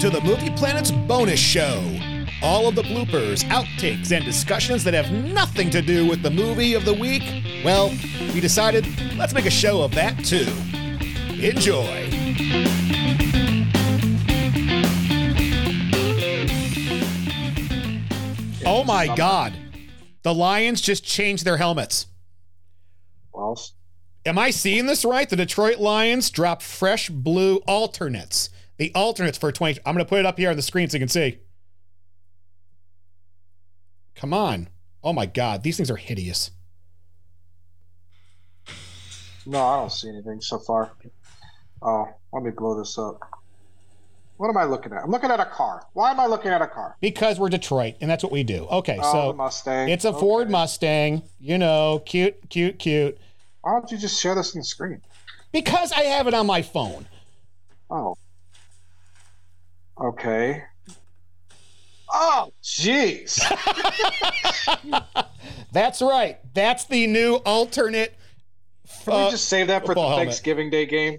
to the Movie Planet's bonus show. All of the bloopers, outtakes, and discussions that have nothing to do with the movie of the week, well, we decided let's make a show of that too. Enjoy. Oh my God. The Lions just changed their helmets. Well, Am I seeing this right? The Detroit Lions drop fresh blue alternates. The alternates for 20. I'm going to put it up here on the screen so you can see. Come on. Oh my God. These things are hideous. no, I don't see anything so far. Oh, let me blow this up. What am I looking at? I'm looking at a car. Why am I looking at a car? Because we're Detroit and that's what we do. Okay. Oh, the So Mustang. it's a Ford Okay. Mustang. You know, cute, cute, cute. Why don't you just share this on the screen? Because I have it on my phone. Oh. Okay. Oh, jeez. That's right. That's the new alternate. Can uh, we just save that for the football helmet. Thanksgiving Day game?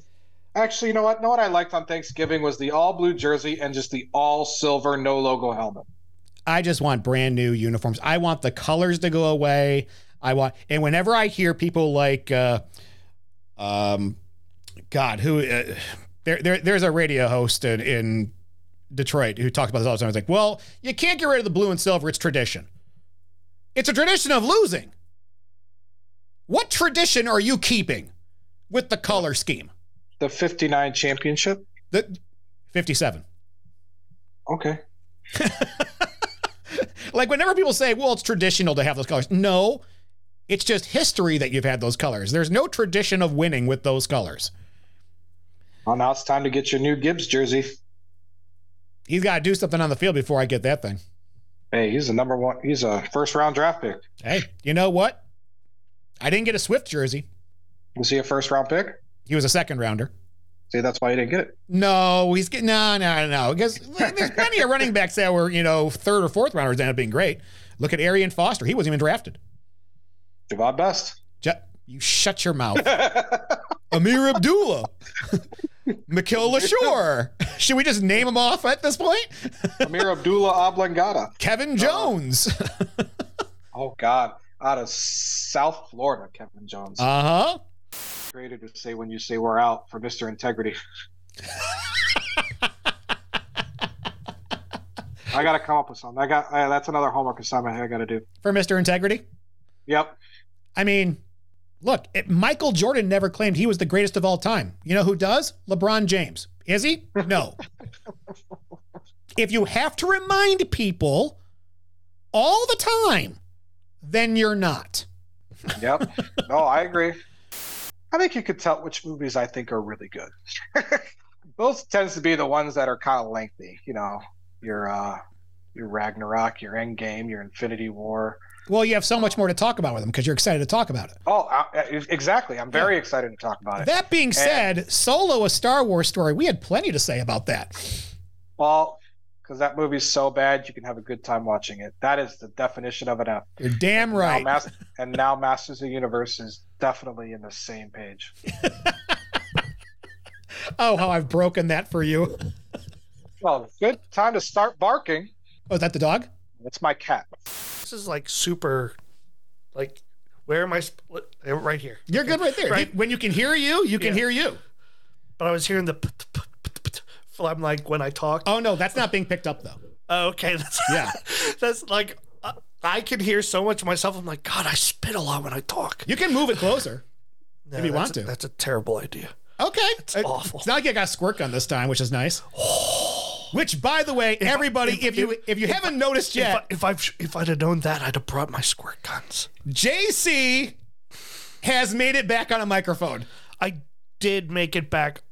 Actually, you know what? Know what I liked on Thanksgiving was the all blue jersey and just the all silver no logo helmet. I just want brand new uniforms. I want the colors to go away. I want, and whenever I hear people like, uh, um, God, who uh, there, there, there's a radio host in, in Detroit who talks about this all the time. It's like, well, you can't get rid of the blue and silver. It's tradition. It's a tradition of losing. What tradition are you keeping with the color scheme? The 59 championship? The 57. Okay. like whenever people say, "Well, it's traditional to have those colors," no, it's just history that you've had those colors. There's no tradition of winning with those colors. Well, now it's time to get your new Gibbs jersey. He's got to do something on the field before I get that thing. Hey, he's a number one. He's a first round draft pick. Hey, you know what? I didn't get a Swift jersey. Was he a first round pick? He was a second rounder. See, that's why you didn't get it. No, he's getting no, no, no. Because there's plenty of running backs that were you know third or fourth rounders that end up being great. Look at Arian Foster. He wasn't even drafted. Javon Best. Ju- you shut your mouth. Amir Abdullah, Mikhail Lashore. Should we just name them off at this point? Amir Abdullah Oblongata. Kevin Jones. Oh, God. Out of South Florida, Kevin Jones. Uh huh. created to say when you say we're out for Mr. Integrity. I gotta come up with something. I got I, that's another homework assignment I gotta do. For Mr. Integrity. Yep. I mean, look, it, Michael Jordan never claimed he was the greatest of all time. You know who does? LeBron James. Is he? No. if you have to remind people all the time, then you're not. Yep. no, I agree. I think you could tell which movies I think are really good. Those tends to be the ones that are kind of lengthy. You know, your uh, your Ragnarok, your Endgame, your Infinity War. Well, you have so much more to talk about with them because you're excited to talk about it. Oh, I, I- exactly. I'm very excited to talk about it. That being said, Solo, a Star Wars story, we had plenty to say about that. Well, because that movie's so bad, you can have a good time watching it. That is the definition of an F. You're damn Now right. Mas- and now Masters of the Universe is definitely in the same page. Oh, how I've broken that for you. Well, good time to start barking. Oh, is that the dog? It's my cat. This is like super, like, where am I? Split? Right here. You're good right there. Right. When you can hear you, you can Yeah. hear you. But I was hearing the. p- p- p- p- p- so I'm like when I talk. Oh no, that's not being picked up though. Oh, okay, that's Yeah. that's like uh, I can hear so much of myself. I'm like, God, I spit a lot when I talk. You can move it closer. No, if you that's want a- to. that's a terrible idea. Okay. It's awful. It's not like I got squirt gun this time, which is nice. Which, by the way, everybody, if, you if, you haven't noticed yet, If, I, if I've if I'd have known that, I'd have brought my squirt guns. JC has made it back on a microphone. I did make it back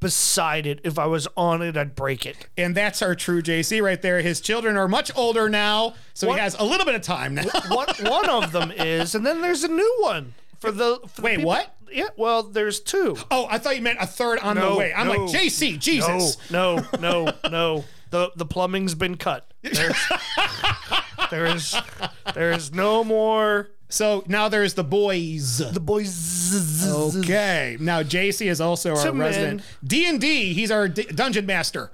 beside it. If I was on it, I'd break it. And that's our true JC right there. His children are much older now, so What? he has a little bit of time now. One one of them is, and then there's a new one for the. For the Wait, people- what? Yeah, well, there's two. Oh, I thought you meant a third on the No, way. I'm no, like, JC, Jesus. No, no, no, no. The the plumbing's been cut. There's, there is there is no more So now there's the boys. the boys. Okay. Now JC is also our Some resident D and D. He's our d- dungeon master.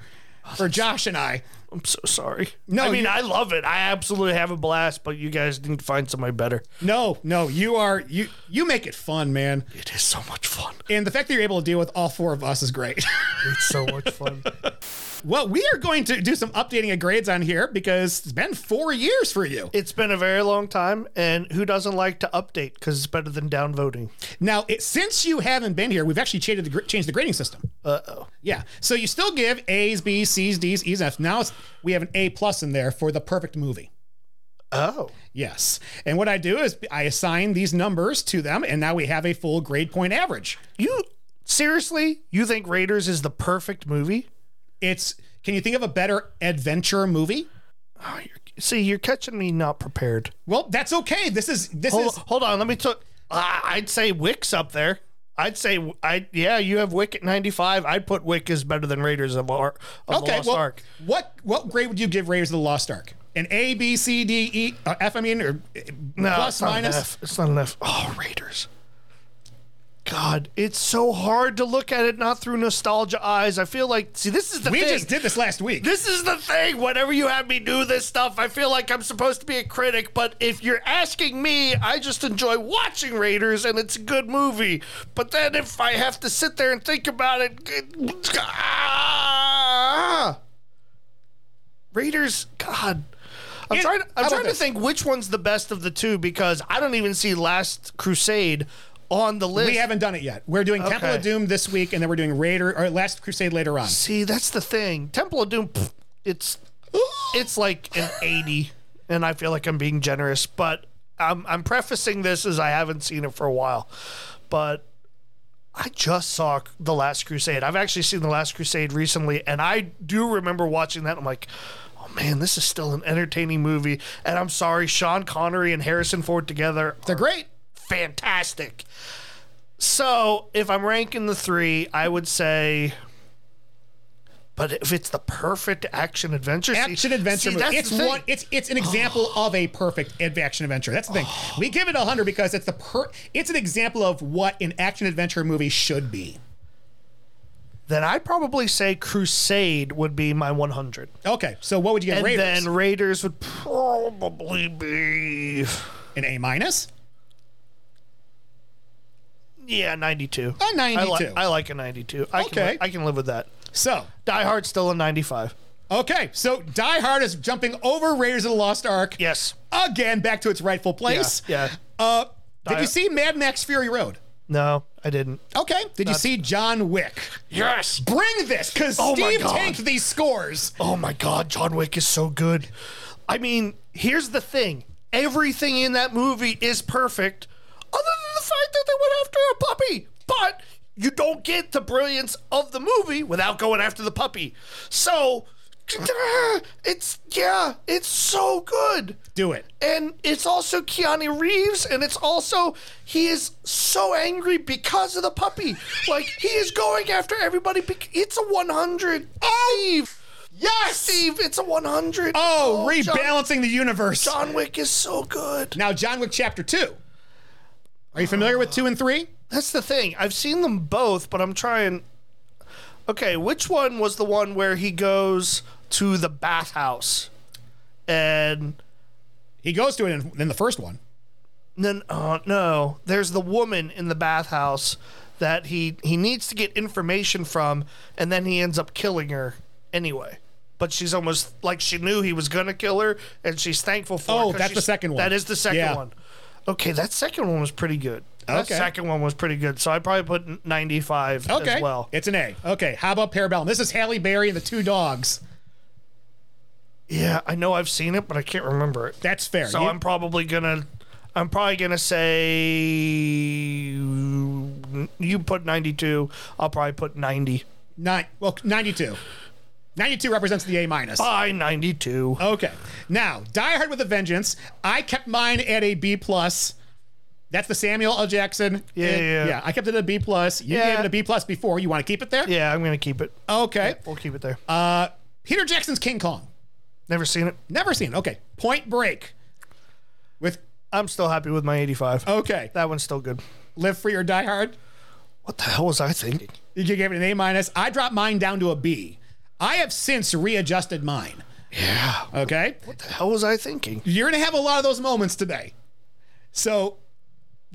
for Josh and I. I'm so sorry. No, I mean you- I love it. I absolutely have a blast, but you guys need to find somebody better. No, no, you are you you make it fun, man. It is so much fun. And the fact that you're able to deal with all four of us is great. It's so much fun. well, we are going to do some updating of grades on here because it's been four years for you. it's been a very long time, and who doesn't like to update? Because it's better than downvoting. Now, it, since you haven't been here, we've actually changed the gr- changed the grading system. Uh oh. Yeah. So you still give A's, B's, C's, D's, E's, and F's. Now it's, we have an A plus in there for the perfect movie. Oh. Yes. And what I do is I assign these numbers to them, and now we have a full grade point average. You seriously? You think Raiders is the perfect movie? It's can you think of a better adventure movie? Oh, you're, see, you're catching me not prepared. Well, that's okay. This is this Hold, is hold on. Let me talk. Uh, I'd say Wick's up there. I'd say I yeah. You have Wick at ninety five. I'd put Wick as better than Raiders of, Ar- of the okay. Lost Well, Ark. what what grade would you give Raiders of the Lost Ark? An A, B, C, D, E, uh, F. I mean, or uh, No, plus it's not minus. enough. It's not enough. Oh, Raiders. God, it's so hard to look at it not through nostalgia eyes. I feel like see, this is the We thing. just did this last week. This is the thing. Whenever you have me do this stuff, I feel like I'm supposed to be a critic. But if you're asking me, I just enjoy watching Raiders, and it's a good movie. But then if I have to sit there and think about it, it- ah! Raiders, God, I'm It- trying. how I'm about trying to this? think which one's the best of the two because I don't even see Last Crusade on the list. We haven't done it yet. We're doing Temple of Okay. Doom this week, and then we're doing Raider or Last Crusade later on. See, that's the thing. Temple of Doom, pff, it's it's like an eighty, and I feel like I'm being generous, but I'm I'm prefacing this as I haven't seen it for a while, but I just saw The Last Crusade. I've actually seen The Last Crusade recently, and I do remember watching that. and I'm like. oh Man, this is still an entertaining movie, and I'm sorry, Sean Connery and Harrison Ford together They're great. fantastic. So if I'm ranking the three, I would say. But if it's the perfect action adventure, see- action adventure see, movie. that's It's the thing. one. It's it's an example of a perfect ad- action adventure. That's the thing. We give it hundred because it's the per. It's an example of what an action adventure movie should be. Then I'd probably say Crusade would be my 100, Okay, so what would you give and Raiders? then Raiders would probably be an A minus, yeah 92. a I, ninety-two. li- I like a 92. I Okay. can li- I can live with that. so Die Hard still a 95. okay, so Die Hard is jumping over Raiders of the Lost Ark Yes. again, back to its rightful place. Yeah. yeah. Uh, did Die- you see Mad Max Fury Road? No, I didn't. Okay. Did you see John Wick? Yes. Bring this, because Oh my Steve God. tanked these scores. Oh my God, John Wick is so good. I mean, here's the thing everything in that movie is perfect, other than the fact that they went after a puppy. But you don't get the brilliance of the movie without going after the puppy. So, it's, yeah, it's so good. Do it. And it's also Keanu Reeves, and it's also he is so angry because of the puppy. Like he is going after everybody. bec it's a one hundred. Steve, yes, Steve, it's a one hundred. Oh, John- rebalancing the universe. John, Wick is so good. Now, John Wick Chapter 2. Are you familiar with 2 and 3? That's the thing. I've seen them both, but I'm trying. Okay, which one was the one where he goes to the bathhouse, and He goes to it in, in the first one. No, uh, no. There's the woman in the bathhouse that he he needs to get information from, and then he ends up killing her anyway. But she's almost like she knew he was gonna kill her, and she's thankful for. it Oh, 'cause that's the she's- second one. That is the second Yeah. one. Okay, that second one was pretty good. That Okay. second one was pretty good. So I probably put 95 Okay. as well. It's an A. Okay. How about Parabellum? This is Halle Berry and the two dogs. Yeah, I know I've seen it, but I can't remember it. That's fair. So You- I'm probably gonna, I'm probably gonna say you put 92. I'll probably put 90. Nine, well, 92. 92 represents the A minus. By 92. Okay. Now, Die Hard with a Vengeance. I kept mine at a B plus. That's the Samuel L. Jackson. Yeah, It- yeah. I kept it at a B plus. You Yeah. gave it a B plus before. You want to keep it there? Yeah, I'm gonna keep it. Okay. We'll keep it there. Uh, Peter Jackson's King Kong. Never seen it. Never seen. it. Okay. Point Break. With I'm still happy with my 85. okay, That one's still good. Live Free or Die Hard. What the hell was I thinking? You gave it an A minus. I dropped mine down to a B. I have since readjusted mine. Yeah. Okay. What the hell was I thinking? You're going to have a lot of those moments today. So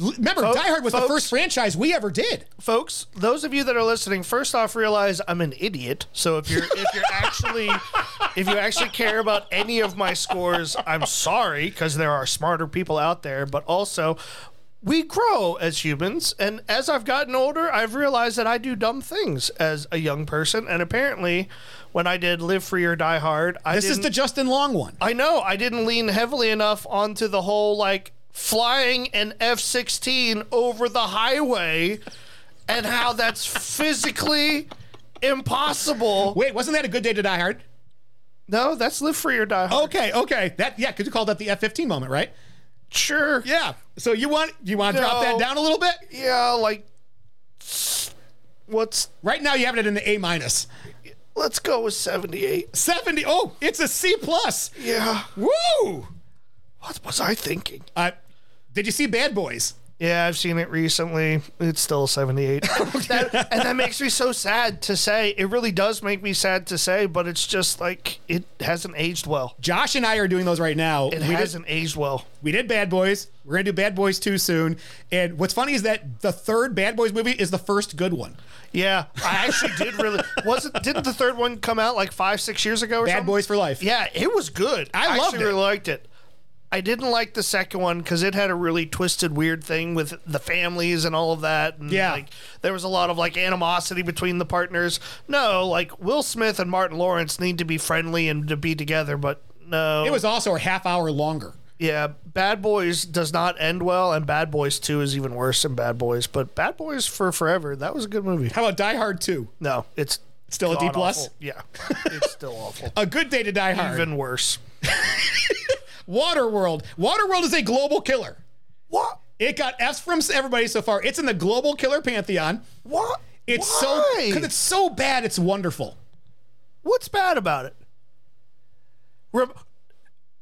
l- remember, Fol- Die Hard was the folks- first franchise we ever did. Folks, those of you that are listening, first off realize I'm an idiot. So if you're if you're actually if you actually care about any of my scores, I'm sorry because there are smarter people out there, but also we grow as humans and as I've gotten older, I've realized that I do dumb things as a young person and apparently when I did Live Free or Die Hard, I This is didn't- the Justin Long one. I know. I didn't lean heavily enough onto the whole like flying an F 16 over the highway and how that's physically impossible. Wait, wasn't that a good day to Die Hard? No, that's live free or die hard. Okay, okay. That yeah, because you called that the F-15 moment, right? Sure. Yeah. Yeah. So you want you want to drop No. that down a little bit? like s- what's Right now you have it in the A minus. let's go with 78. 70. Oh, it's a C plus. Yeah. Woo! What was I thinking? Uh, did you see Bad Boys? Yeah, I've seen it recently. It's still a 78. That- and that makes me so sad to say. It really does make me sad to say, but it's just like it hasn't aged well. Josh and I are doing those right now. It we, did, hasn't aged well. we did Bad Boys. We're gonna do Bad Boys too soon. And what's funny is that the third Bad Boys movie is the first good one. Yeah, I actually did really. Wasn't didn't the third one come out like five six years ago or Bad something? Boys for Life. Yeah, it was good. I loved actually it. really liked it. I didn't like the second one because it had a really twisted, weird thing with the families and all of that. And Yeah. like, there was a lot of like animosity between the partners. No, like Will Smith and Martin Lawrence need to be friendly and to be together, but no, It was also a half hour longer. yeah. Bad Boys does not end well, and Bad Boys Two is even worse than Bad Boys. But Bad Boys for Forever, that was a good movie. How about Die Hard 2? No, it's Still a D god plus? awful. Yeah, it's still awful. A good day to die hard. Even worse. Waterworld. Waterworld is a global killer. What? It got F's from everybody so far. It's in the global killer pantheon. What? It's so Why? because it's so bad. It's wonderful. What's bad about it? Rem-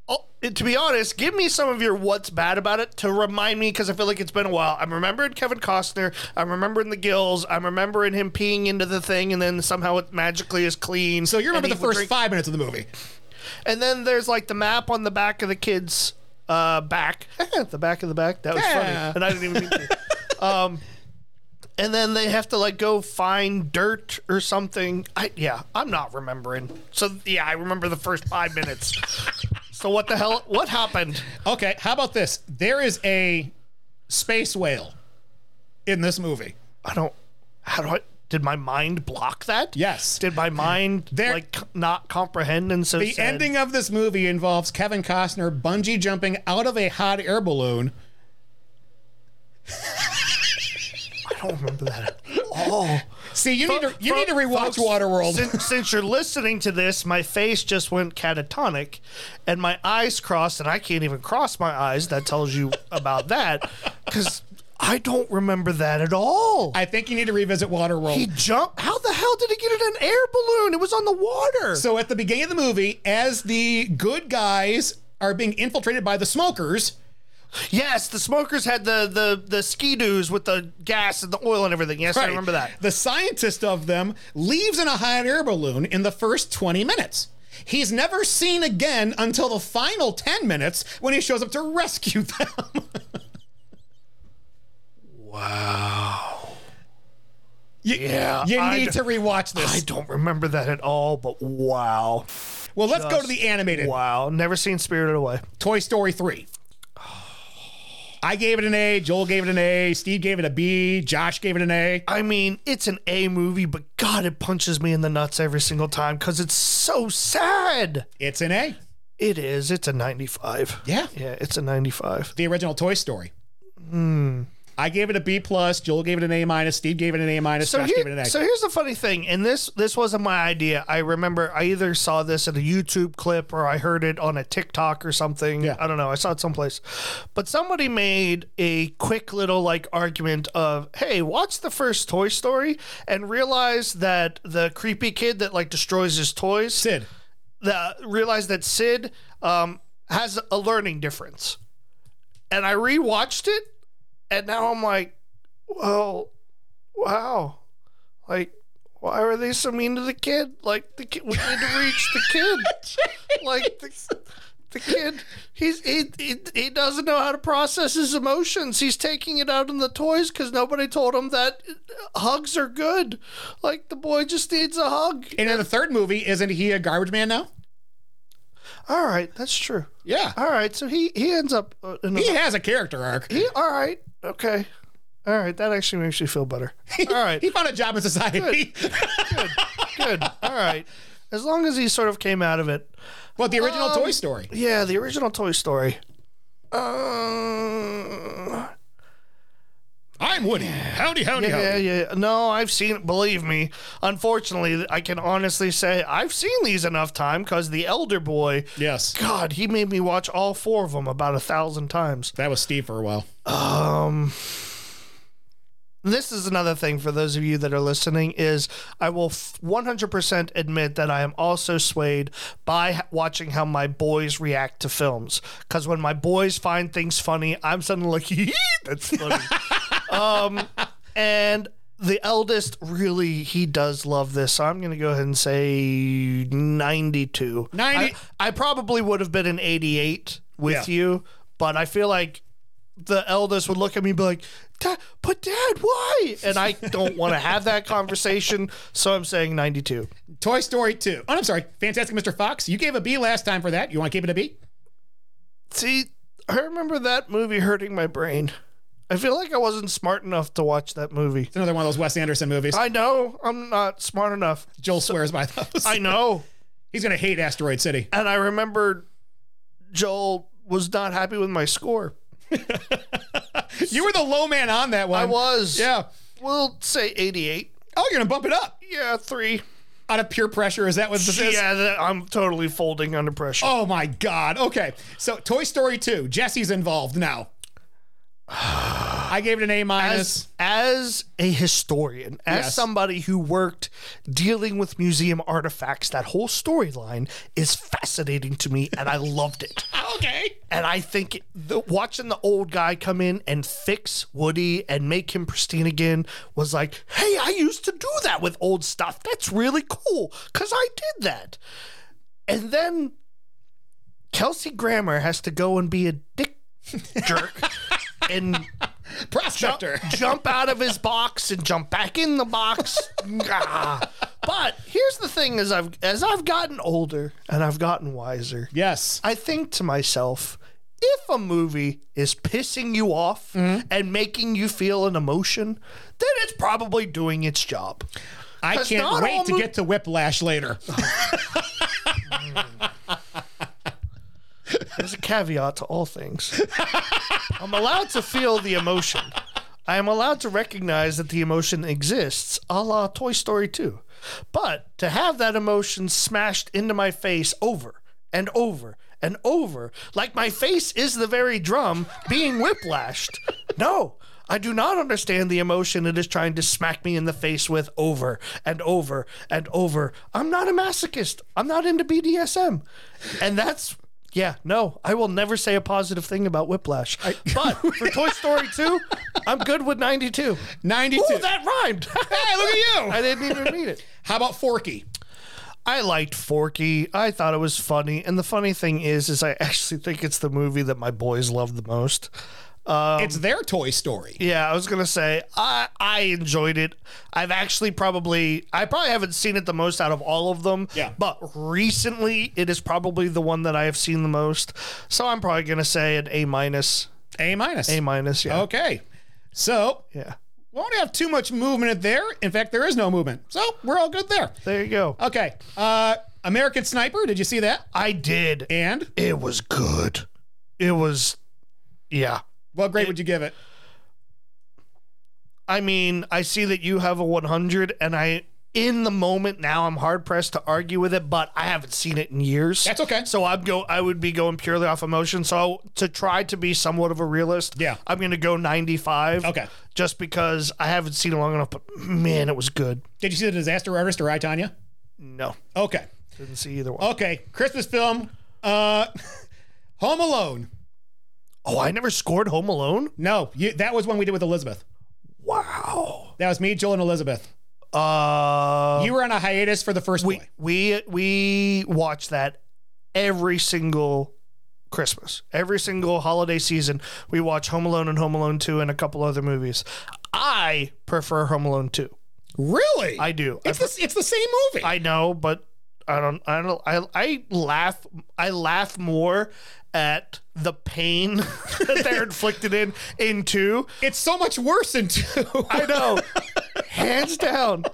oh, it- to be honest, give me some of your what's bad about it to remind me because I feel like it's been a while. I'm remembering Kevin Costner. I'm remembering the gills. I'm remembering him peeing into the thing and then somehow it magically is clean. So you remember and the he would first drink- five minutes of the movie. And then there's like the map on the back of the kid's uh, back. the back of the back. That was Yeah. funny. And I didn't even mean to. um, and then they have to like go find dirt or something. I yeah, I'm not remembering. So yeah, I remember the first five minutes. so what the hell what happened? Okay, how about this? There is a space whale in this movie. I don't how do I did my mind block that? Yes. Did my mind There- like c- not comprehend and so The said- ending of this movie involves Kevin Costner bungee jumping out of a hot air balloon. I don't remember that at all. See, you need to you Fo- need to rewatch folks, Waterworld. Since, since you're listening to this, my face just went catatonic, and my eyes crossed, and I can't even cross my eyes. That tells you about that, because I don't remember that at all. I think you need to revisit Waterworld. he jumped. How the hell did he get in an air balloon? It was on the water. So at the beginning of the movie, as the good guys are being infiltrated by the smokers, yes, the smokers had the the the ski doos with the gas and the oil and everything. Yes, I right, remember that. The scientist of them leaves in a hot air balloon in the first 20 minutes. He's never seen again until the final 10 minutes when he shows up to rescue them. Wow. you, Yeah, you I need d- to rewatch this. I don't remember that at all, but wow. well, let's go to the animated Wow. Never seen Spirited Away. Toy Story 3. I gave it an A, Joel gave it an A, Steve gave it a B, Josh gave it an A. I mean, it's an A movie, but God, it punches me in the nuts every single time because it's so sad. It's an A. It is. It's a 95. Yeah. Yeah, it's a 95. the original Toy Story. Hmm. I gave it a B plus. Joel gave it an A minus. Steve gave it an A minus. So, Josh here- gave it an A. so here's the funny thing, and this this wasn't my idea. I remember I either saw this in a YouTube clip or I heard it on a TikTok or something. Yeah. I don't know. I saw it someplace, but somebody made a quick little like argument of, "Hey, watch the first Toy Story and realize that the creepy kid that like destroys his toys." Sid. the, realized that Sid um, has a learning difference. And I rewatched it, and now I'm like, well, wow. Like, why were they so mean to the kid? Like the kid, we need to reach the kid. like the, the kid, he's he, he he doesn't know how to process his emotions. He's taking it out on the toys because nobody told him that hugs are good. Like the boy just needs a hug. And in the third movie, isn't he a garbage man now? All right, that's true. Yeah. All right, so he he ends up uh, in a, He has a character arc. he. All right, okay. All right, that actually makes me feel better. All right, He found a job in society. good. All right. As long as he sort of came out of it. well, the original Um, Toy Story. Yeah, the original Toy Story. Um, I'm Woody. Howdy, howdy, yeah, yeah, howdy. yeah. No, I've seen. Believe me, unfortunately, I can honestly say I've seen these enough time because the elder boy. Yes. God, he made me watch all four of them about a thousand times. That was Steve for a while. Um, this is another thing for those of you that are listening is I will f- 100% admit that I am also swayed by h- watching how my boys react to films cuz when my boys find things funny I'm suddenly like "Yee, that's funny. um and the eldest really he does love this so I'm going to go ahead and say 92. 90 I, I probably would have been an 88 with Yeah. you but I feel like the eldest would look at me and be like, "Dad, but dad, why? And I don't want to have that conversation, so I'm saying 92. Toy Story 2. Oh, I'm sorry. Fantastic Mr. Fox. You gave a B last time for that. You want to keep it a B? See, I remember that movie hurting my brain. I feel like I wasn't smart enough to watch that movie. It's another one of those Wes Anderson movies. I know I'm not smart enough. Joel swears by those. I know. He's going to hate Asteroid City. And I remember Joel was not happy with my score. You were the low man on that one. I was. Yeah. We'll say 88. Oh, you're going to bump it up Yeah, three. out of pure pressure. Is that what this is? Yeah, that, I'm totally folding under pressure. Oh, my God. Okay. So, Toy Story 2. Jesse's involved now. I gave it an A minus. as as a historian, as Yes. somebody who worked dealing with museum artifacts, that whole storyline is fascinating to me, and I loved it. Okay. And I think the, watching the old guy come in and fix Woody and make him pristine again was like, hey, I used to do that with old stuff. That's really cool because I did that. And then Kelsey Grammer has to go and be a dick jerk and Prospector. jump out of his box and jump back in the box. Ah. but here's the thing: as I've as I've gotten older and I've gotten wiser, Yes. I think to myself, if a movie is pissing you off and making you feel an emotion, then it's probably doing its job. I That's can't not all wait to mo- get to Whiplash later. There's a caveat to all things. I'm allowed to feel the emotion. I am allowed to recognize that the emotion exists, a la Toy Story 2. But to have that emotion smashed into my face over and over and over, like my face is the very drum being whiplashed. No, I do not understand the emotion it is trying to smack me in the face with over and over and over. I'm not a masochist. I'm not into BDSM. And that's yeah, no, I will never say a positive thing about Whiplash. but for Toy Story 2, I'm good with 92. 92. Ooh, that rhymed. hey, look at you. I didn't even mean it. How about Forky? I liked Forky. I thought it was funny. And the funny thing is, is I actually think it's the movie that my boys love the most. Um, it's their Toy Story. Yeah, I was gonna say I I enjoyed it. I've actually probably I probably haven't seen it the most out of all of them. Yeah. But recently, it is probably the one that I have seen the most. So I'm probably gonna say an A minus. A minus. A minus. Yeah. Okay. So Yeah. won't have too much movement there. In fact, there is no movement. So we're all good there. There you go. Okay. Uh American Sniper, did you see that? I did. And It was good. It was. Yeah. what grade would you give it? I mean, I see that you have a 100, and I in the moment now I'm hard pressed to argue with it, but I haven't seen it in years. That's okay. So I'm go. I would be going purely off emotion. So to try to be somewhat of a realist, Yeah. I'm going to go 95. Okay. Just because I haven't seen it long enough, but man, it was good. Did you see the disaster artist or I Tanya? No, Okay. didn't see either one. Okay. Christmas film. Uh Home Alone. Oh, I never scored Home Alone. No, you, that was one we did with Elizabeth. Wow. That was me, Joel, and Elizabeth. Uh, you were on a hiatus for the first we play. we we watch that every single Christmas, every single holiday season. We watch Home Alone and Home Alone Two and a couple other movies. I prefer Home Alone Two. Really? I do. I it's, the, it's the same movie. I know, but I don't. I don't. I I laugh. I laugh more at the pain that they're inflicted in in two. it's so much worse in two. I know, hands down.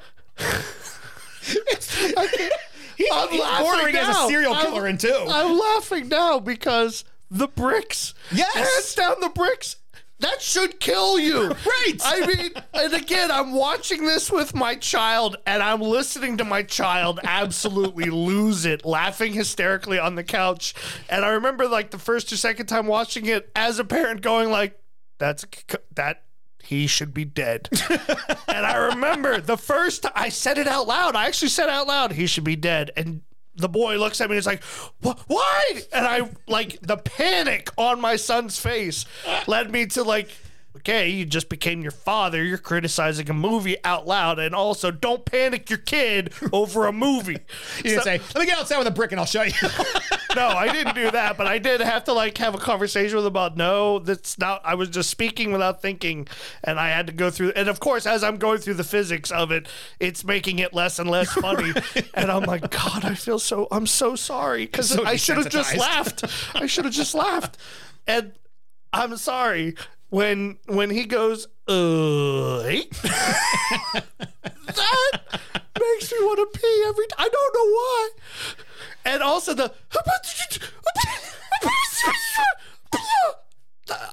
he's, I'm he's laughing bordering as a now. serial I'm- killer in two. I'm laughing now because the bricks. Yes. hands down the bricks. That should kill you. Right. I mean, and again, I'm watching this with my child, and I'm listening to my child absolutely lose it, laughing hysterically on the couch. And I remember, like, the first or second time watching it as a parent, going like, "That's that." He should be dead. and I remember the first t- I said it out loud. I actually said out loud, "He should be dead." And the boy looks at me and is like, "Wh- "Why?" And I like the panic on my son's face led me to like okay, you just became your father. You're criticizing a movie out loud, and also don't panic your kid over a movie. you didn't say, let me get outside with a brick and I'll show you. no, I didn't do that, but I did have to like have a conversation with him about no, that's not. I was just speaking without thinking, and I had to go through. And of course, as I'm going through the physics of it, it's making it less and less funny. And I'm like, God, I feel so. I'm so sorry because So I should have just desensitized. laughed. I should have just laughed. And I'm sorry when when he goes, "Ugh." that makes me want to pee every time. I don't know why. And also the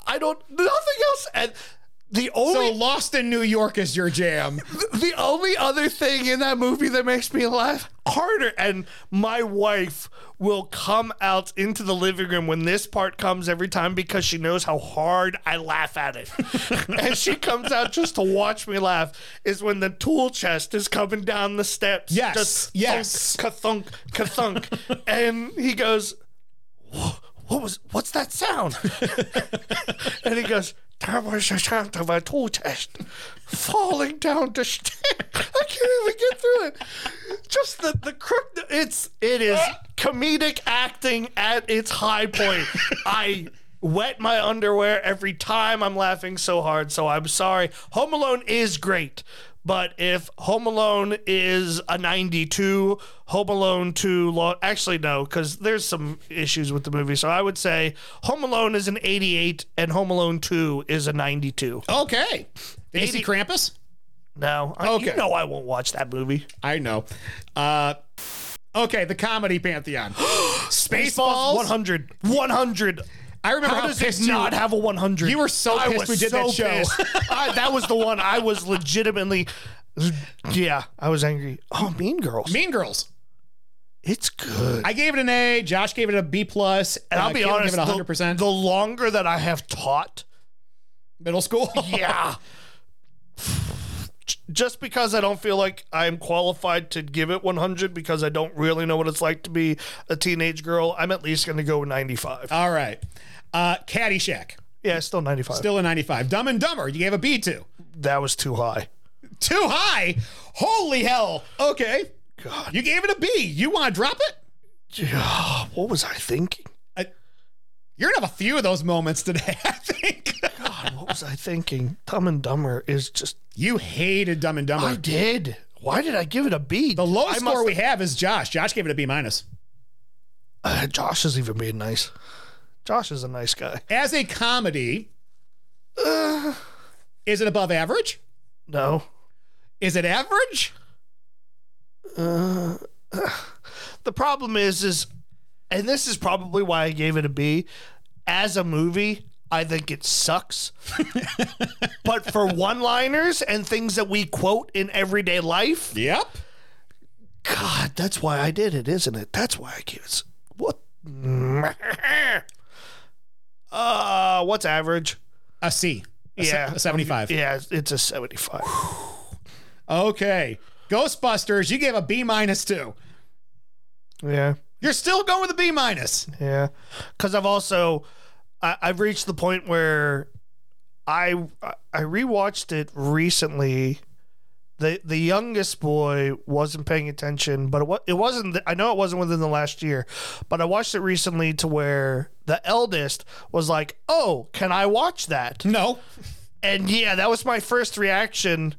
I don't nothing else and the so only Lost in New York is your jam. the only other thing in that movie that makes me laugh harder and my wife will come out into the living room when this part comes every time because she knows how hard I laugh at it. and she comes out just to watch me laugh is when the tool chest is coming down the steps. Yes, Just yes. Kathunk, kathunk, kathunk. and he goes, "Wha- what was what's that sound? and he goes, That was the sound of a tool chest falling down the stairs. I can't even get through it. Just the the crook. It's it is comedic acting at its high point. I wet my underwear every time. I'm laughing so hard. So I'm sorry. Home Alone is great. But if Home Alone is a 92, Home Alone 2, lo- actually, no, because there's some issues with the movie. So I would say Home Alone is an 88 and Home Alone 2 is a 92. Okay. Did you see Krampus? No, I, Okay. you know I won't watch that movie. I know. Uh, okay, the comedy pantheon. Baseball's Spaceballs. 100. 100. I remember How how, does pissed it not you, have a 100? you were so I pissed was we did so that show. pissed. I- that was the one I was legitimately. Yeah, I was angry. Oh, Mean Girls. Mean Girls. It's good. I gave it an A. Josh gave it a B plus. And I'll be honest, give it the- 100 percent The, longer that I have taught, middle school. yeah, just because I don't feel like I'm qualified to give it 100 because I don't really know what it's like to be a teenage girl, I'm at least going to go 95. All right. Uh, Caddyshack. yeah, it's still 95. Still a 95. Dumb and Dumber. You gave a B to. that was too high. Too high. Holy hell. Okay. God, You gave it a B. You want to drop it? yeah, what was I thinking? You're gonna have a few of those moments today, I think. God, what was I thinking? Dumb and Dumber is just. You hated Dumb and Dumber. I did. Why did I give it a B? the lowest I score must- we have is Josh. Josh gave it a B minus. Uh, Josh is even being nice. Josh is a nice guy. As a comedy, is it above average? No, Is it average? the problem is is and this is probably why I gave it a B as a movie I think it sucks but for one-liners and things that we quote in everyday life Yep. god that's why I did it isn't it that's why I gave it s- what uh what's average A C. A se- Yeah. a 75. yeah it's a 75 Okay. Ghostbusters, you gave a B minus too. yeah You're still going with a B minus. Yeah, because I've also I, I've reached the point where I I rewatched it recently the the youngest boy wasn't paying attention, but it, wa- it wasn't. th- I know it wasn't within the last year, but I watched it recently to where the eldest was like, "Oh, can I watch that?" No. And yeah, that was my first reaction.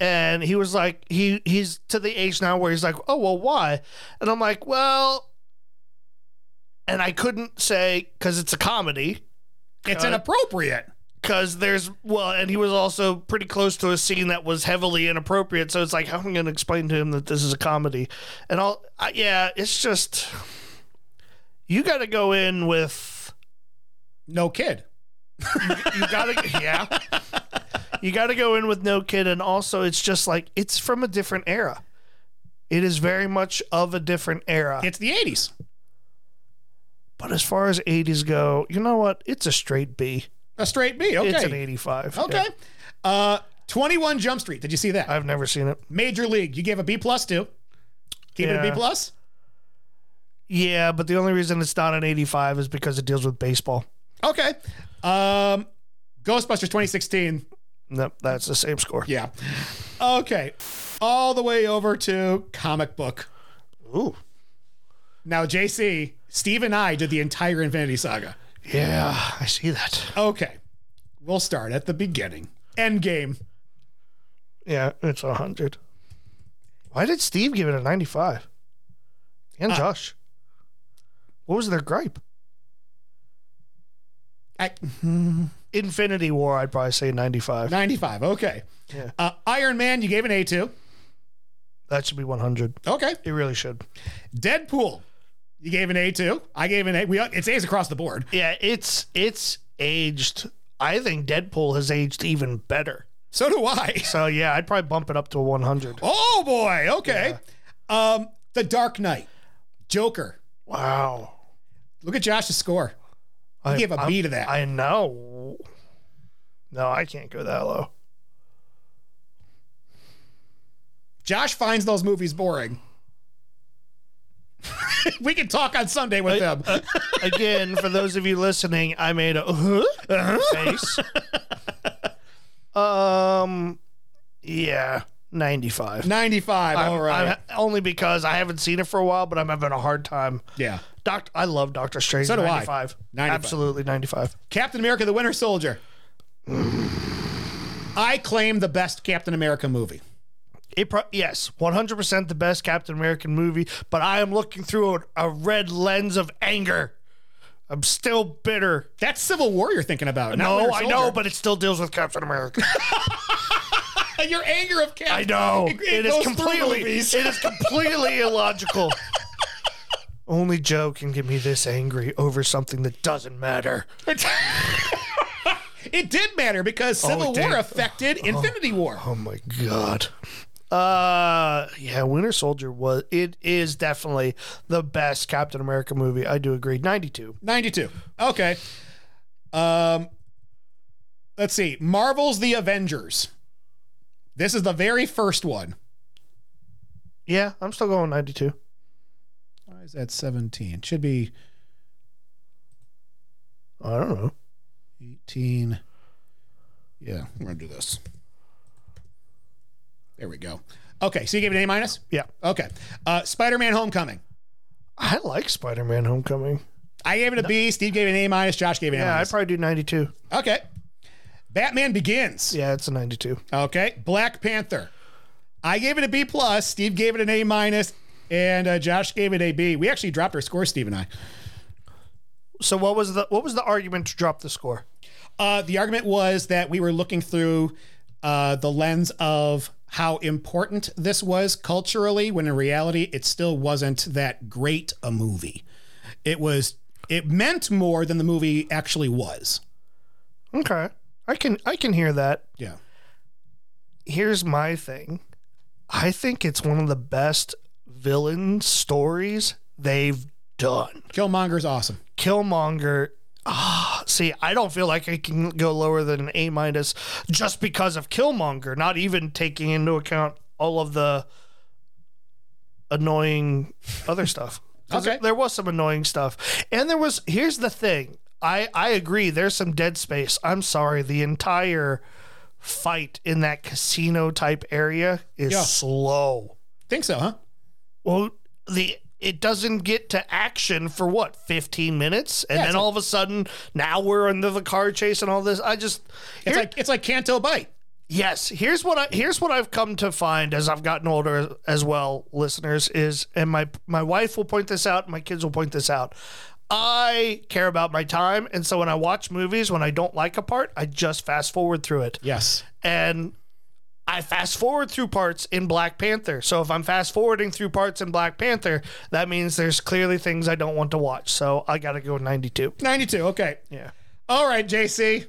And he was like, he he's to the age now where he's like, "Oh, well, why?" And I'm like, "Well," and I couldn't say because it's a comedy It's Cut. inappropriate. because there's well, and he was also pretty close to a scene that was heavily inappropriate. So it's like, how am I going to explain to him that this is a comedy? And all, I, yeah, it's just you got to go in with No kid. you got to yeah, you got to go in with no kid, and also it's just like it's from a different era. It is very much of a different era. It's the 80s. but as far as 80s go, you know what? It's a straight B. A straight B. Okay. It's an 85. Okay. Yeah. Uh, Uh, 21 Jump Street. Did you see that? I've never seen it. Major League. You gave a B plus to. Keep it a B Yeah. plus. Yeah, but the only reason it's not an 85 is because it deals with baseball. Okay. Um, Ghostbusters 2016. No, that's the same score. Yeah. Okay. All the way over to comic book. Ooh. Now, JC, Steve, and I did the entire Infinity Saga. Yeah, I see that. Okay. We'll start at the beginning. Endgame. Yeah, it's 100. Why did Steve give it a 95? And Ah. Josh. What was their gripe? I- Infinity War, I'd probably say 95. 95. Okay. Yeah. Uh, Iron Man, you gave an A to. That should be 100. Okay. It really should. Deadpool, you gave an A to. I gave an A. We it's A's across the board. Yeah, it's it's aged. I think Deadpool has aged even better. So do I. So yeah, I'd probably bump it up to a 100. Oh boy. Okay. Um, The Dark Knight, Joker. Wow. Look at Josh's score. I He gave a B I'm- to that. I know. No, I can't go that low. Josh finds those movies boring. we can talk on Sunday with them. uh, Again, for those of you listening, I made a uh-huh face. um, yeah, ninety-five. 95. I'm- All right. I'm- only because I haven't seen it for a while, but I'm having a hard time. yeah. Doctor, I love Doctor Strange. So do I. 95. 95. Absolutely ninety-five. Captain America the Winter Soldier. I claim the best Captain America movie. It pro- yes, one hundred percent the best Captain American movie. But I am looking through a, a red lens of anger. I'm still bitter. That's Civil War you're thinking about. not No, Winter I Soldier. know, but it still deals with Captain America. your anger of Captain. I know. It- it it goes is through completely movies. it is completely illogical. Only Joe can get me this angry over something that doesn't matter. it did matter because Civil Oh, it did. War affected Infinity War. Oh my god. Uh yeah, Winter Soldier was it is definitely the best Captain America movie. I do agree. 92. 92. Okay. Um let's see. Marvel's The Avengers. This is the very first one. Yeah, I'm still going 92. Why is that 17? Should be I don't know. 18. Yeah, we're going to do this. There we go. Okay, so you gave it an A minus? Yeah. Okay. Uh Spider-Man Homecoming. I like Spider-Man Homecoming. I gave it a B, Steve gave it an A minus, Josh gave it an A Yeah, I'd minus. probably do 92. okay. Batman Begins. Yeah, it's a 92. Okay, Black Panther. I gave it a B plus. Steve gave it an A minus, and uh, Josh gave it a B. We actually dropped our score, Steve and I. So what was the what was the argument to drop the score? Uh, the argument was that we were looking through uh, the lens of how important this was culturally, when in reality, it still wasn't that great a movie. It was. It meant more than the movie actually was. Okay. I can I can hear that. Yeah. Here's my thing. I think it's one of the best villain stories they've done. Killmonger's awesome. Killmonger Ah, see, I don't feel like I can go lower than an A minus just because of Killmonger, not even taking into account all of the annoying other stuff. 'Cause Okay. There was some annoying stuff. And there was here's the thing. I I agree there's some dead space. I'm sorry, the entire fight in that casino type area is Yeah. slow. Think so, huh? Well, the it doesn't get to action for what 15 minutes, and Yeah, it's then like- all of a sudden now we're under the car chase and all this. I just It's here- like it's like Canto Bite. Yes, here's what I here's what I've come to find as I've gotten older as well, listeners, is and my my wife will point this out, my kids will point this out. I care about my time, and so when I watch movies, when I don't like a part, I just fast forward through it. Yes. And I fast forward through parts in Black Panther. So if I'm fast forwarding through parts in Black Panther, that means there's clearly things I don't want to watch. So I got to go 92. 92. Okay. Yeah. All right, JC.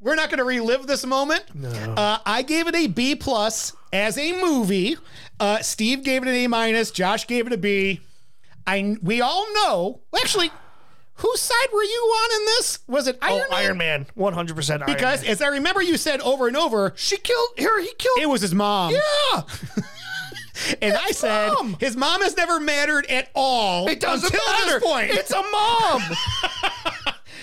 We're not going to relive this moment. No. Uh, I gave it a B plus as a movie. Uh, Steve gave it an A minus. Josh gave it a B. I we all know. Actually, whose side were you on in this? Was it Iron Oh, Man? Iron Man, 100% Iron Because Man. as I remember, you said over and over, she killed her, he killed it was his mom. Yeah. and I said mom. his mom has never mattered at all It doesn't until matter. this point. It's a mom.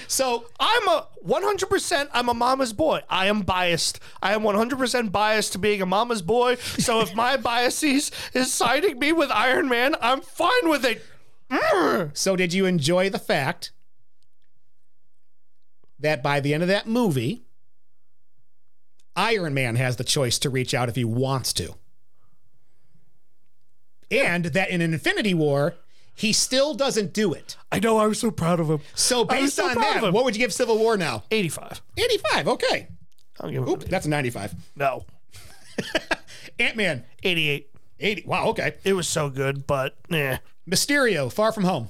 so I'm a 100%. I'm a mama's boy. I am biased. I am 100% biased to being a mama's boy. So if my biases is siding me with Iron Man, I'm fine with it. Mm. So, did you enjoy the fact that by the end of that movie, Iron Man has the choice to reach out if he wants to? And that in Infinity War, he still doesn't do it. I know. I was so proud of him. So, I based was so on proud of that, him. what would you give Civil War now? 85. 85. Okay. I'll give him Oop, that's a 95. no. Ant Man, 88. 80. Wow, okay. It was so good, but eh. Mysterio, Far From Home.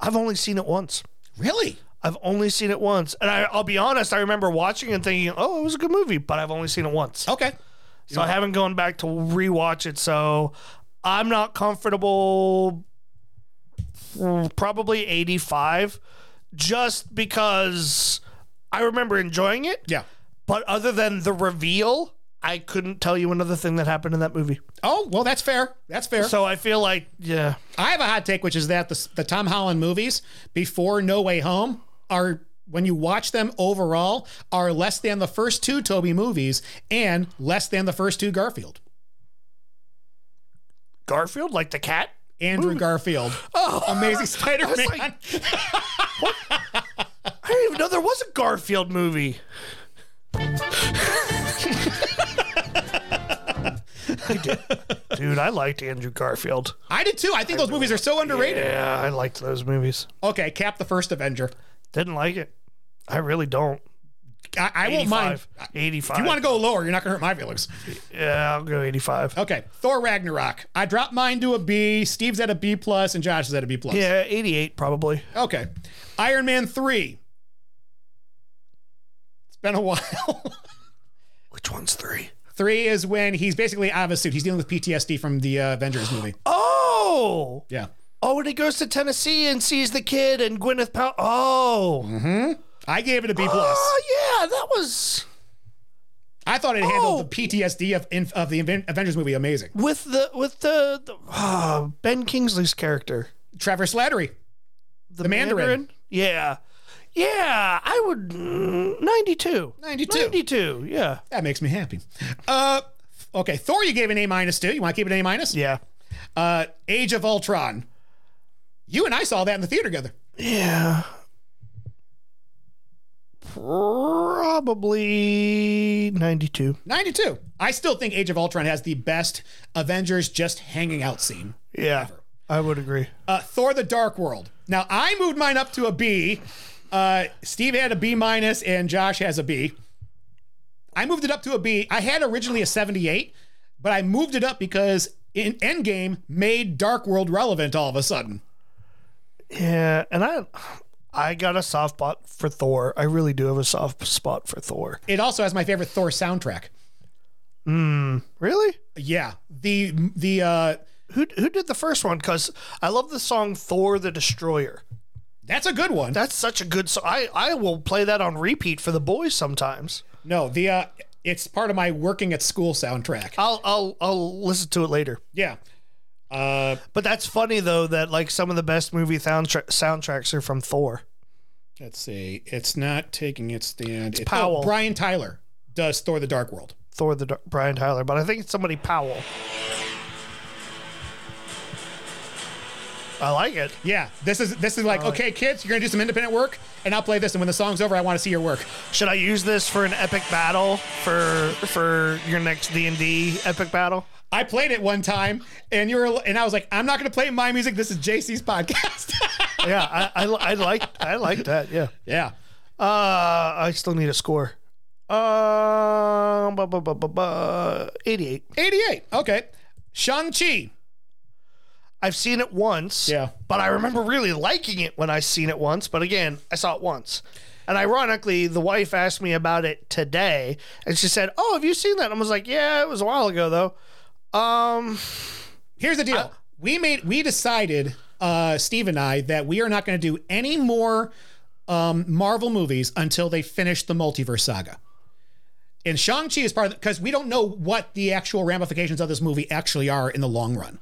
I've only seen it once. Really? I've only seen it once. And I, I'll be honest, I remember watching and thinking, oh, it was a good movie, but I've only seen it once. Okay. So I haven't gone back to rewatch it. So I'm not comfortable. Probably 85, just because I remember enjoying it. Yeah. But other than the reveal, I couldn't tell you another thing that happened in that movie. Oh, well, that's fair. That's fair. So I feel like, yeah, I have a hot take, which is that the, the Tom Holland movies before No Way Home are, when you watch them overall, are less than the first two Toby movies and less than the first two Garfield. Garfield, like the cat. Andrew Garfield, Oh, Amazing Spider-Man. like- I didn't even know there was a Garfield movie. I did. Dude, I liked Andrew Garfield. I did too. I think those movies are so underrated. Yeah, I liked those movies. Okay, cap the first Avenger. Didn't like it. I really don't. I, I won't mind. 85. If 85. you want to go lower, you're not going to hurt my feelings. Yeah, I'll go 85. Okay, Thor Ragnarok. I dropped mine to a B. Steve's at a B plus, and Josh is at a B plus. Yeah, 88 probably. Okay. Iron Man 3. It's been a while. Which one's 3? Three is when he's basically out of a suit. He's dealing with PTSD from the uh, Avengers movie. Oh! Yeah. Oh, and he goes to Tennessee and sees the kid and Gwyneth Paltrow. Oh. I gave it a B plus. Oh, yeah, that was I thought it Oh. handled the PTSD of in- of the Aven- Avengers movie amazing. with the with the, the ah, Ben Kingsley's character. Trevor Slattery. The Mandarin. Yeah. Yeah, I would mm, 92. 92. 92. Yeah. That makes me happy. Uh okay, Thor you gave an A minus too. You want to keep it an A minus? Yeah. Uh Age of Ultron. You and I saw that in the theater together. Yeah. Probably 92. 92. I still think Age of Ultron has the best Avengers just hanging out scene. Yeah. I would agree. Uh, Thor the Dark World. Now, I moved mine up to a B. Uh, Steve had a B minus, and Josh has a B. I moved it up to a B. I had originally a 78, but I moved it up because in Endgame made Dark World relevant all of a sudden. Yeah, and I I got a soft spot for Thor. I really do have a soft spot for Thor. It also has my favorite Thor soundtrack. Really? Yeah, the the uh, Who who did the first one cuz I love the song Thor the Destroyer. that's a good one. That's such a good song. I I will play that on repeat for the boys sometimes. No, the uh, it's part of my working at school soundtrack. I'll I'll I'll listen to it later. Yeah. Uh, But that's funny though that like some of the best movie soundtra- soundtracks are from Thor. let's see. It's not taking its stand. It's, Powell. Brian Tyler. does Thor: The Dark World. Thor the Dar- Brian Tyler, but I think it's somebody Powell. I like it. Yeah, this is this is like okay, kids, you're gonna do some independent work, and I'll play this. And when the song's over, I want to see your work. Should I use this for an epic battle for for your next D and D epic battle? I played it one time, and you were, and I was like, I'm not gonna play my music. This is JC's podcast. Yeah, I, I, I like I like that. Yeah. yeah, Uh, I still need a score. Uh, bu- bu- bu- bu- bu- 88. 88. Okay, Shang Chi. I've seen it once. Yeah. But I remember really liking it when I seen it once. But again, I saw it once. And ironically, the wife asked me about it today, and she said, "Oh, have you seen that?" And I was like, "Yeah, it was a while ago though." Um, Here's the deal. Uh, we made we decided, uh, Steve and I, that we are not gonna do any more um, Marvel movies until they finish the multiverse saga. And Shang Chi is part of because we don't know what the actual ramifications of this movie actually are in the long run.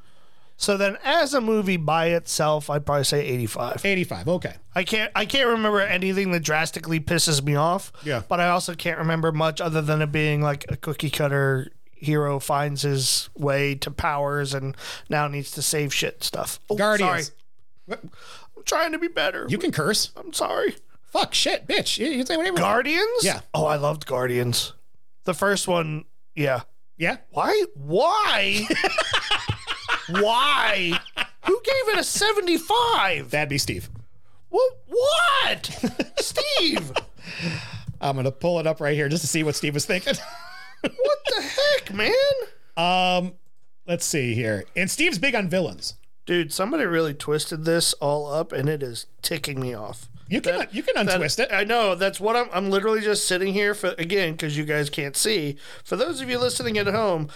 so then as a movie by itself, I'd probably say 85. 85. Okay. I can't I can't remember anything that drastically pisses me off. Yeah. But I also can't remember much other than it being like a cookie cutter hero finds his way to powers and now needs to save shit stuff. Oh, Guardians. Sorry. I'm trying to be better. You can curse. I'm sorry. Fuck shit, bitch. You you can say whatever. you want. Guardians? Yeah. Oh, I loved Guardians. The first one, yeah. yeah. Why? Why? Why? Who gave it a 75? That'd be Steve. What? What? Steve, I'm gonna pull it up right here just to see what Steve was thinking. what the heck, man? um, let's see here. And Steve's big on villains. Dude, somebody really twisted this all up and it is ticking me off. You can you can untwist it. I know that's what I'm I'm literally just sitting here for again cuz you guys can't see. For those of you listening at home,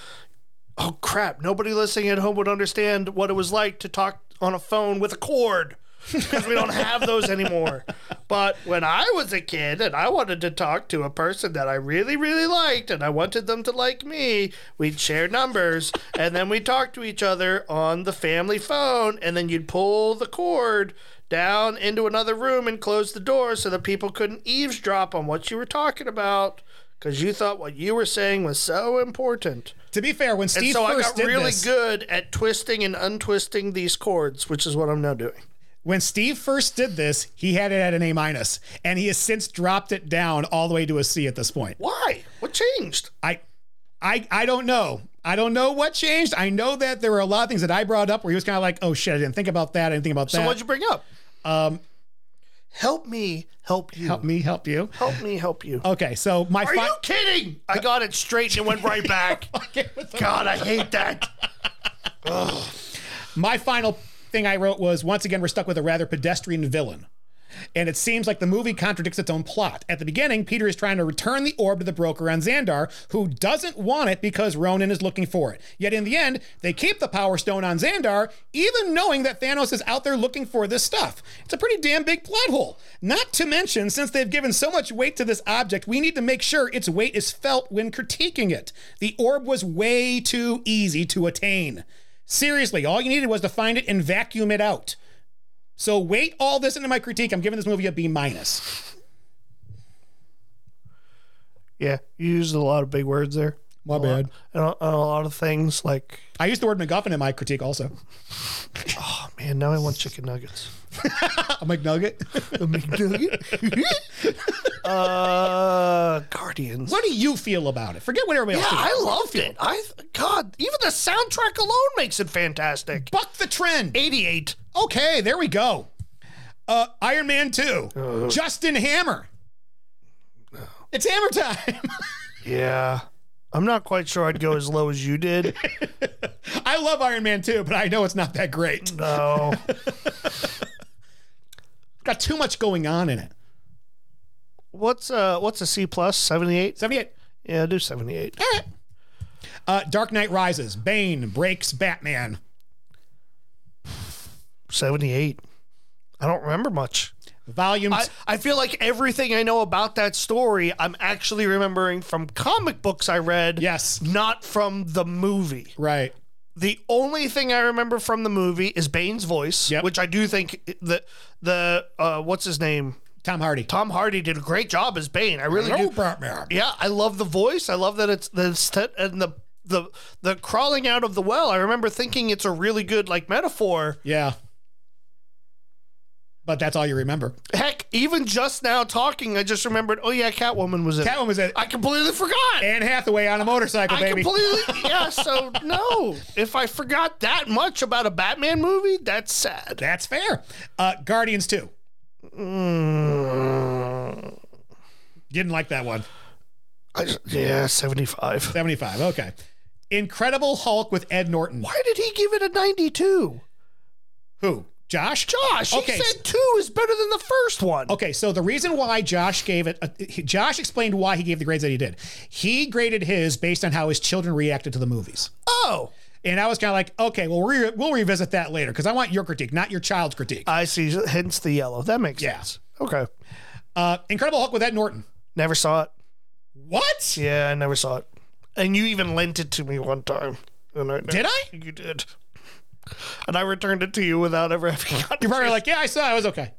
oh crap, nobody listening at home would understand what it was like to talk on a phone with a cord. Because we don't have those anymore. But when I was a kid and I wanted to talk to a person that I really, really liked and I wanted them to like me, we'd share numbers and then we'd talk to each other on the family phone. And then you'd pull the cord down into another room and close the door so that people couldn't eavesdrop on what you were talking about because you thought what you were saying was so important. To be fair, when Steve And so I first got did really this, good at twisting and untwisting these cords, which is what I'm now doing. when Steve first did this, he had it at an A minus, and he has since dropped it down all the way to a C at this point. Why? What changed? I, I, I don't know. I don't know what changed. I know that there were a lot of things that I brought up where he was kind of like, "Oh shit, I didn't think about that. I didn't think about So that." what'd you bring up? um, Help me, help Oh, you. help me, help you. Help me, help you. Okay, so my Are fi- you kidding? I got it straight and it went right back. God, I hate that. my final thing I wrote was once again we're stuck with a rather pedestrian villain. And it seems like the movie contradicts its own plot. At the beginning, Peter is trying to return the orb to the broker on Xandar, who doesn't want it because Ronan is looking for it. Yet in the end, they keep the Power Stone on Xandar, even knowing that Thanos is out there looking for this stuff. It's a pretty damn big plot hole. Not to mention, since they've given so much weight to this object, we need to make sure its weight is felt when critiquing it. The orb was way too easy to attain. Seriously, all you needed was to find it and vacuum it out. So wait all this into my critique. I'm giving this movie a B minus. Yeah, you used a lot of big words there. My bad. And a, and a lot of things like, I used the word MacGuffin in my critique also. oh man, now I want chicken nuggets. A McNugget. A McNugget? uh, Guardians. what do you feel about it? Forget what everybody Yeah, else thinks. I loved it. I God, even the soundtrack alone makes it fantastic. Buck the trend. Eighty-eight. Okay, there we go. Uh, Iron Man 2. Justin Hammer. It's hammer time. Yeah, I'm not quite sure I'd go as low as you did. I love Iron Man 2, but I know it's not that great. No, Got too much going on in it. what's uh, what's a C plus? Seventy-eight. 78. Yeah, do seventy-eight. All right. Uh, Dark Knight Rises. Bane breaks Batman. Seventy-eight. I don't remember much. Volume. I, I feel like everything I know about that story, I'm actually remembering from comic books I read, yes. not from the movie. Right. The only thing I remember from the movie is Bane's voice, Yep. which I do think the the uh, what's his name Tom Hardy. Tom Hardy did a great job as Bane. I really Hello, do. Batman. Yeah, I love the voice. I love that it's the st- and the the the crawling out of the well. I remember thinking it's a really good like metaphor. Yeah. But that's all you remember. Heck, even just now talking, I just remembered. Oh yeah, Catwoman was in. it. Catwoman was it. I completely forgot. Anne Hathaway on a motorcycle, I baby. completely yeah. So no, if I forgot that much about a Batman movie, that's sad. that's fair. Uh, Guardians 2. Mm, Didn't like that one. I just- yeah, seventy five. 75. Okay. Incredible Hulk with Ed Norton. Why did he give it a ninety two? Who? Josh? Josh, Okay. he said two is better than the first one. Okay, so the reason why Josh gave it, uh, he- Josh explained why he gave the grades that he did. He graded his based on how his children reacted to the movies. Oh, And I was kind of like, okay, well, re- we'll revisit that later because I want your critique, not your child's critique. I see. Hence the yellow. That makes Yeah. sense. Okay. Uh, Incredible Hulk with Ed Norton. Never saw it. What? Yeah, I never saw it. And you even lent it to me one time. And I, Did I? You did. And I returned it to you without ever having gotten You're probably like, yeah, I saw. it. It was okay.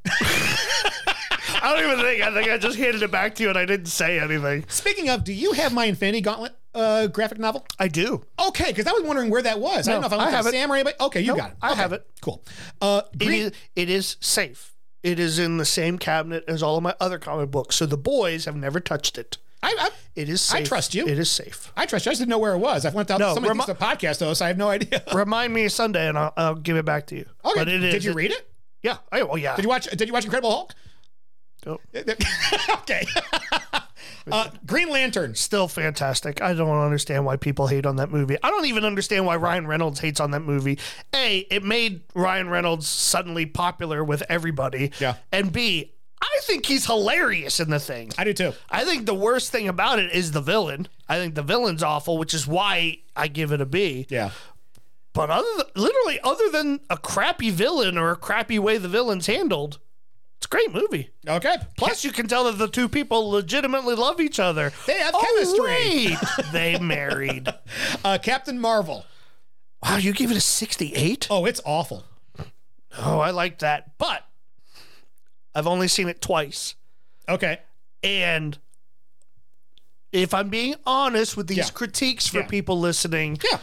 I don't even think. I think I just handed it back to you and I didn't say anything. Speaking of, do you have my Infinity Gauntlet uh, graphic novel? I do. Okay, because I was wondering where that was. I don't know No, if I I looked have at it. Sam or anybody. Okay, you No, got it. I Okay, have it. Cool. Uh, It Green- is, it is safe. It is in the same cabinet as all of my other comic books. So the boys have never touched it. I, I, It is I safe. trust you. It is safe. I trust you. I just didn't know where it was. I went out. No, somebody remi- thinks it's a podcast, though, so I have no idea. Remind me Sunday and I'll, I'll give it back to you. Okay, But it is. did you read it? Yeah. I, oh, yeah. Did you watch? Did you watch Incredible Hulk? Nope. okay. uh, Green Lantern. still fantastic. I don't understand why people hate on that movie. I don't even understand why Ryan Reynolds hates on that movie. A, it made Ryan Reynolds suddenly popular with everybody. Yeah. And B, I think he's hilarious in the thing. I do too. I think the worst thing about it is the villain. I think the villain's awful, which is why I give it a B. Yeah. But other th- literally, other than a crappy villain or a crappy way the villain's handled, it's a great movie. Okay. Plus, you can tell that the two people legitimately love each other. They have Oh, chemistry. wait, they married. Uh, Captain Marvel. Wow, you gave it a 68? Oh, it's awful. Oh, I like that. But I've only seen it twice. Okay. And if I'm being honest with these Yeah. critiques for Yeah. people listening, Yeah.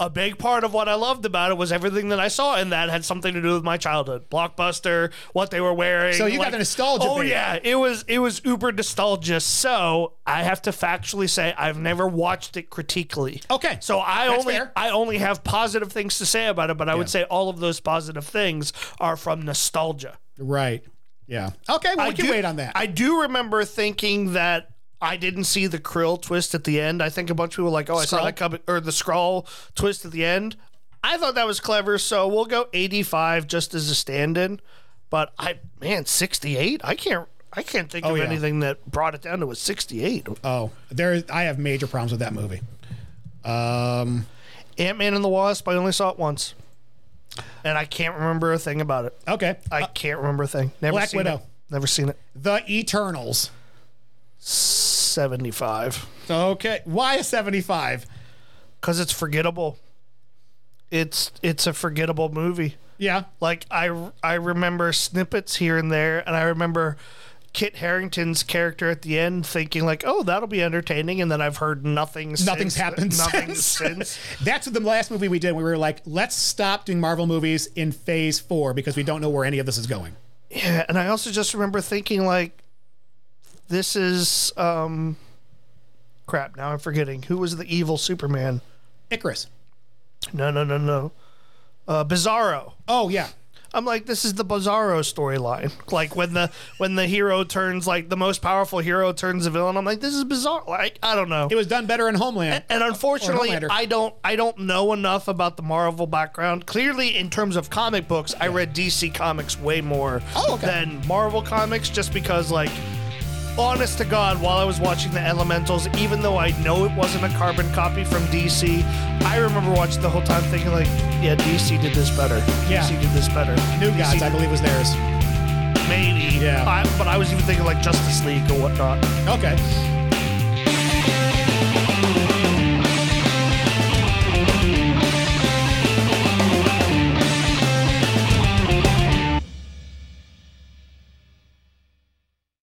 a big part of what I loved about it was everything that I saw in that had something to do with my childhood. Blockbuster, what they were wearing. So you got the nostalgia Oh bait. yeah, it was it was uber nostalgia. So I have to factually say I've never watched it critically. Okay. So I That's only fair. I only have positive things to say about it, but I Yeah. would say all of those positive things are from nostalgia. Right. Yeah. Okay. Well, I we can do- wait on that. I do remember thinking that I didn't see the krill twist at the end. I think a bunch of people were like, oh, I saw Skrull? that coming, or the scroll twist at the end. I thought that was clever, so we'll go 85 just as a stand-in. But I, man, 68. I can't, I can't think of Oh, yeah. anything that brought it down to a 68. oh, there. I have major problems with that movie. Um. Ant-Man and the Wasp. I only saw it once, and I can't remember a thing about it. Okay. I can't remember a thing. Never Uh, Black seen Widow. It. Never seen it. The Eternals. 75. Okay. Why a seventy-five? because it's forgettable. It's it's a forgettable movie. Yeah. Like I I remember snippets here and there, and I remember Kit Harrington's character at the end thinking like, "Oh, that'll be entertaining," and then I've heard nothing. Nothing's since, happened Nothing since. since. That's the last movie we did. We were like, let's stop doing Marvel movies in phase four because we don't know where any of this is going. Yeah, and I also just remember thinking like, "This is um, crap." Now I'm forgetting who was the evil Superman. Icarus. No, no, no, no. Uh, Bizarro. Oh, yeah. I'm like, this is the Bizarro storyline. Like when the when the hero turns like the most powerful hero turns a villain. I'm like, this is bizarre. Like I don't know. It was done better in Homeland. And unfortunately, Homelander. I don't I don't know enough about the Marvel background. Clearly, in terms of comic books, I read DC comics way more Oh, okay. than Marvel comics, just because like. Honest to God, while I was watching the Elementals, even though I know it wasn't a carbon copy from DC, I remember watching the whole time thinking like, "Yeah, DC did this better. Yeah. DC did this better. New DC Gods, I believe, was theirs. maybe. Yeah. I, but I was even thinking like Justice League or whatnot. Okay.